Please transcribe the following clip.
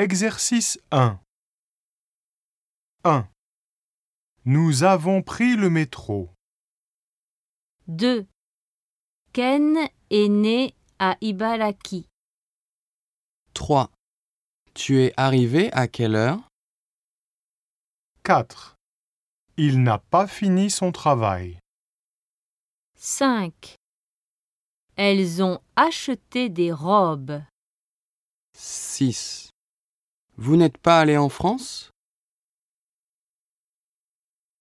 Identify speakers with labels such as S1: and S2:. S1: Exercice 1 1. Nous avons pris le métro.
S2: 2. Ken est né à Ibaraki.
S3: 3. Tu es arrivé à quelle heure
S1: 4. Il n'a pas fini son travail.
S2: 5. Elles ont acheté des robes.
S3: 6. Vous n'êtes pas allé en France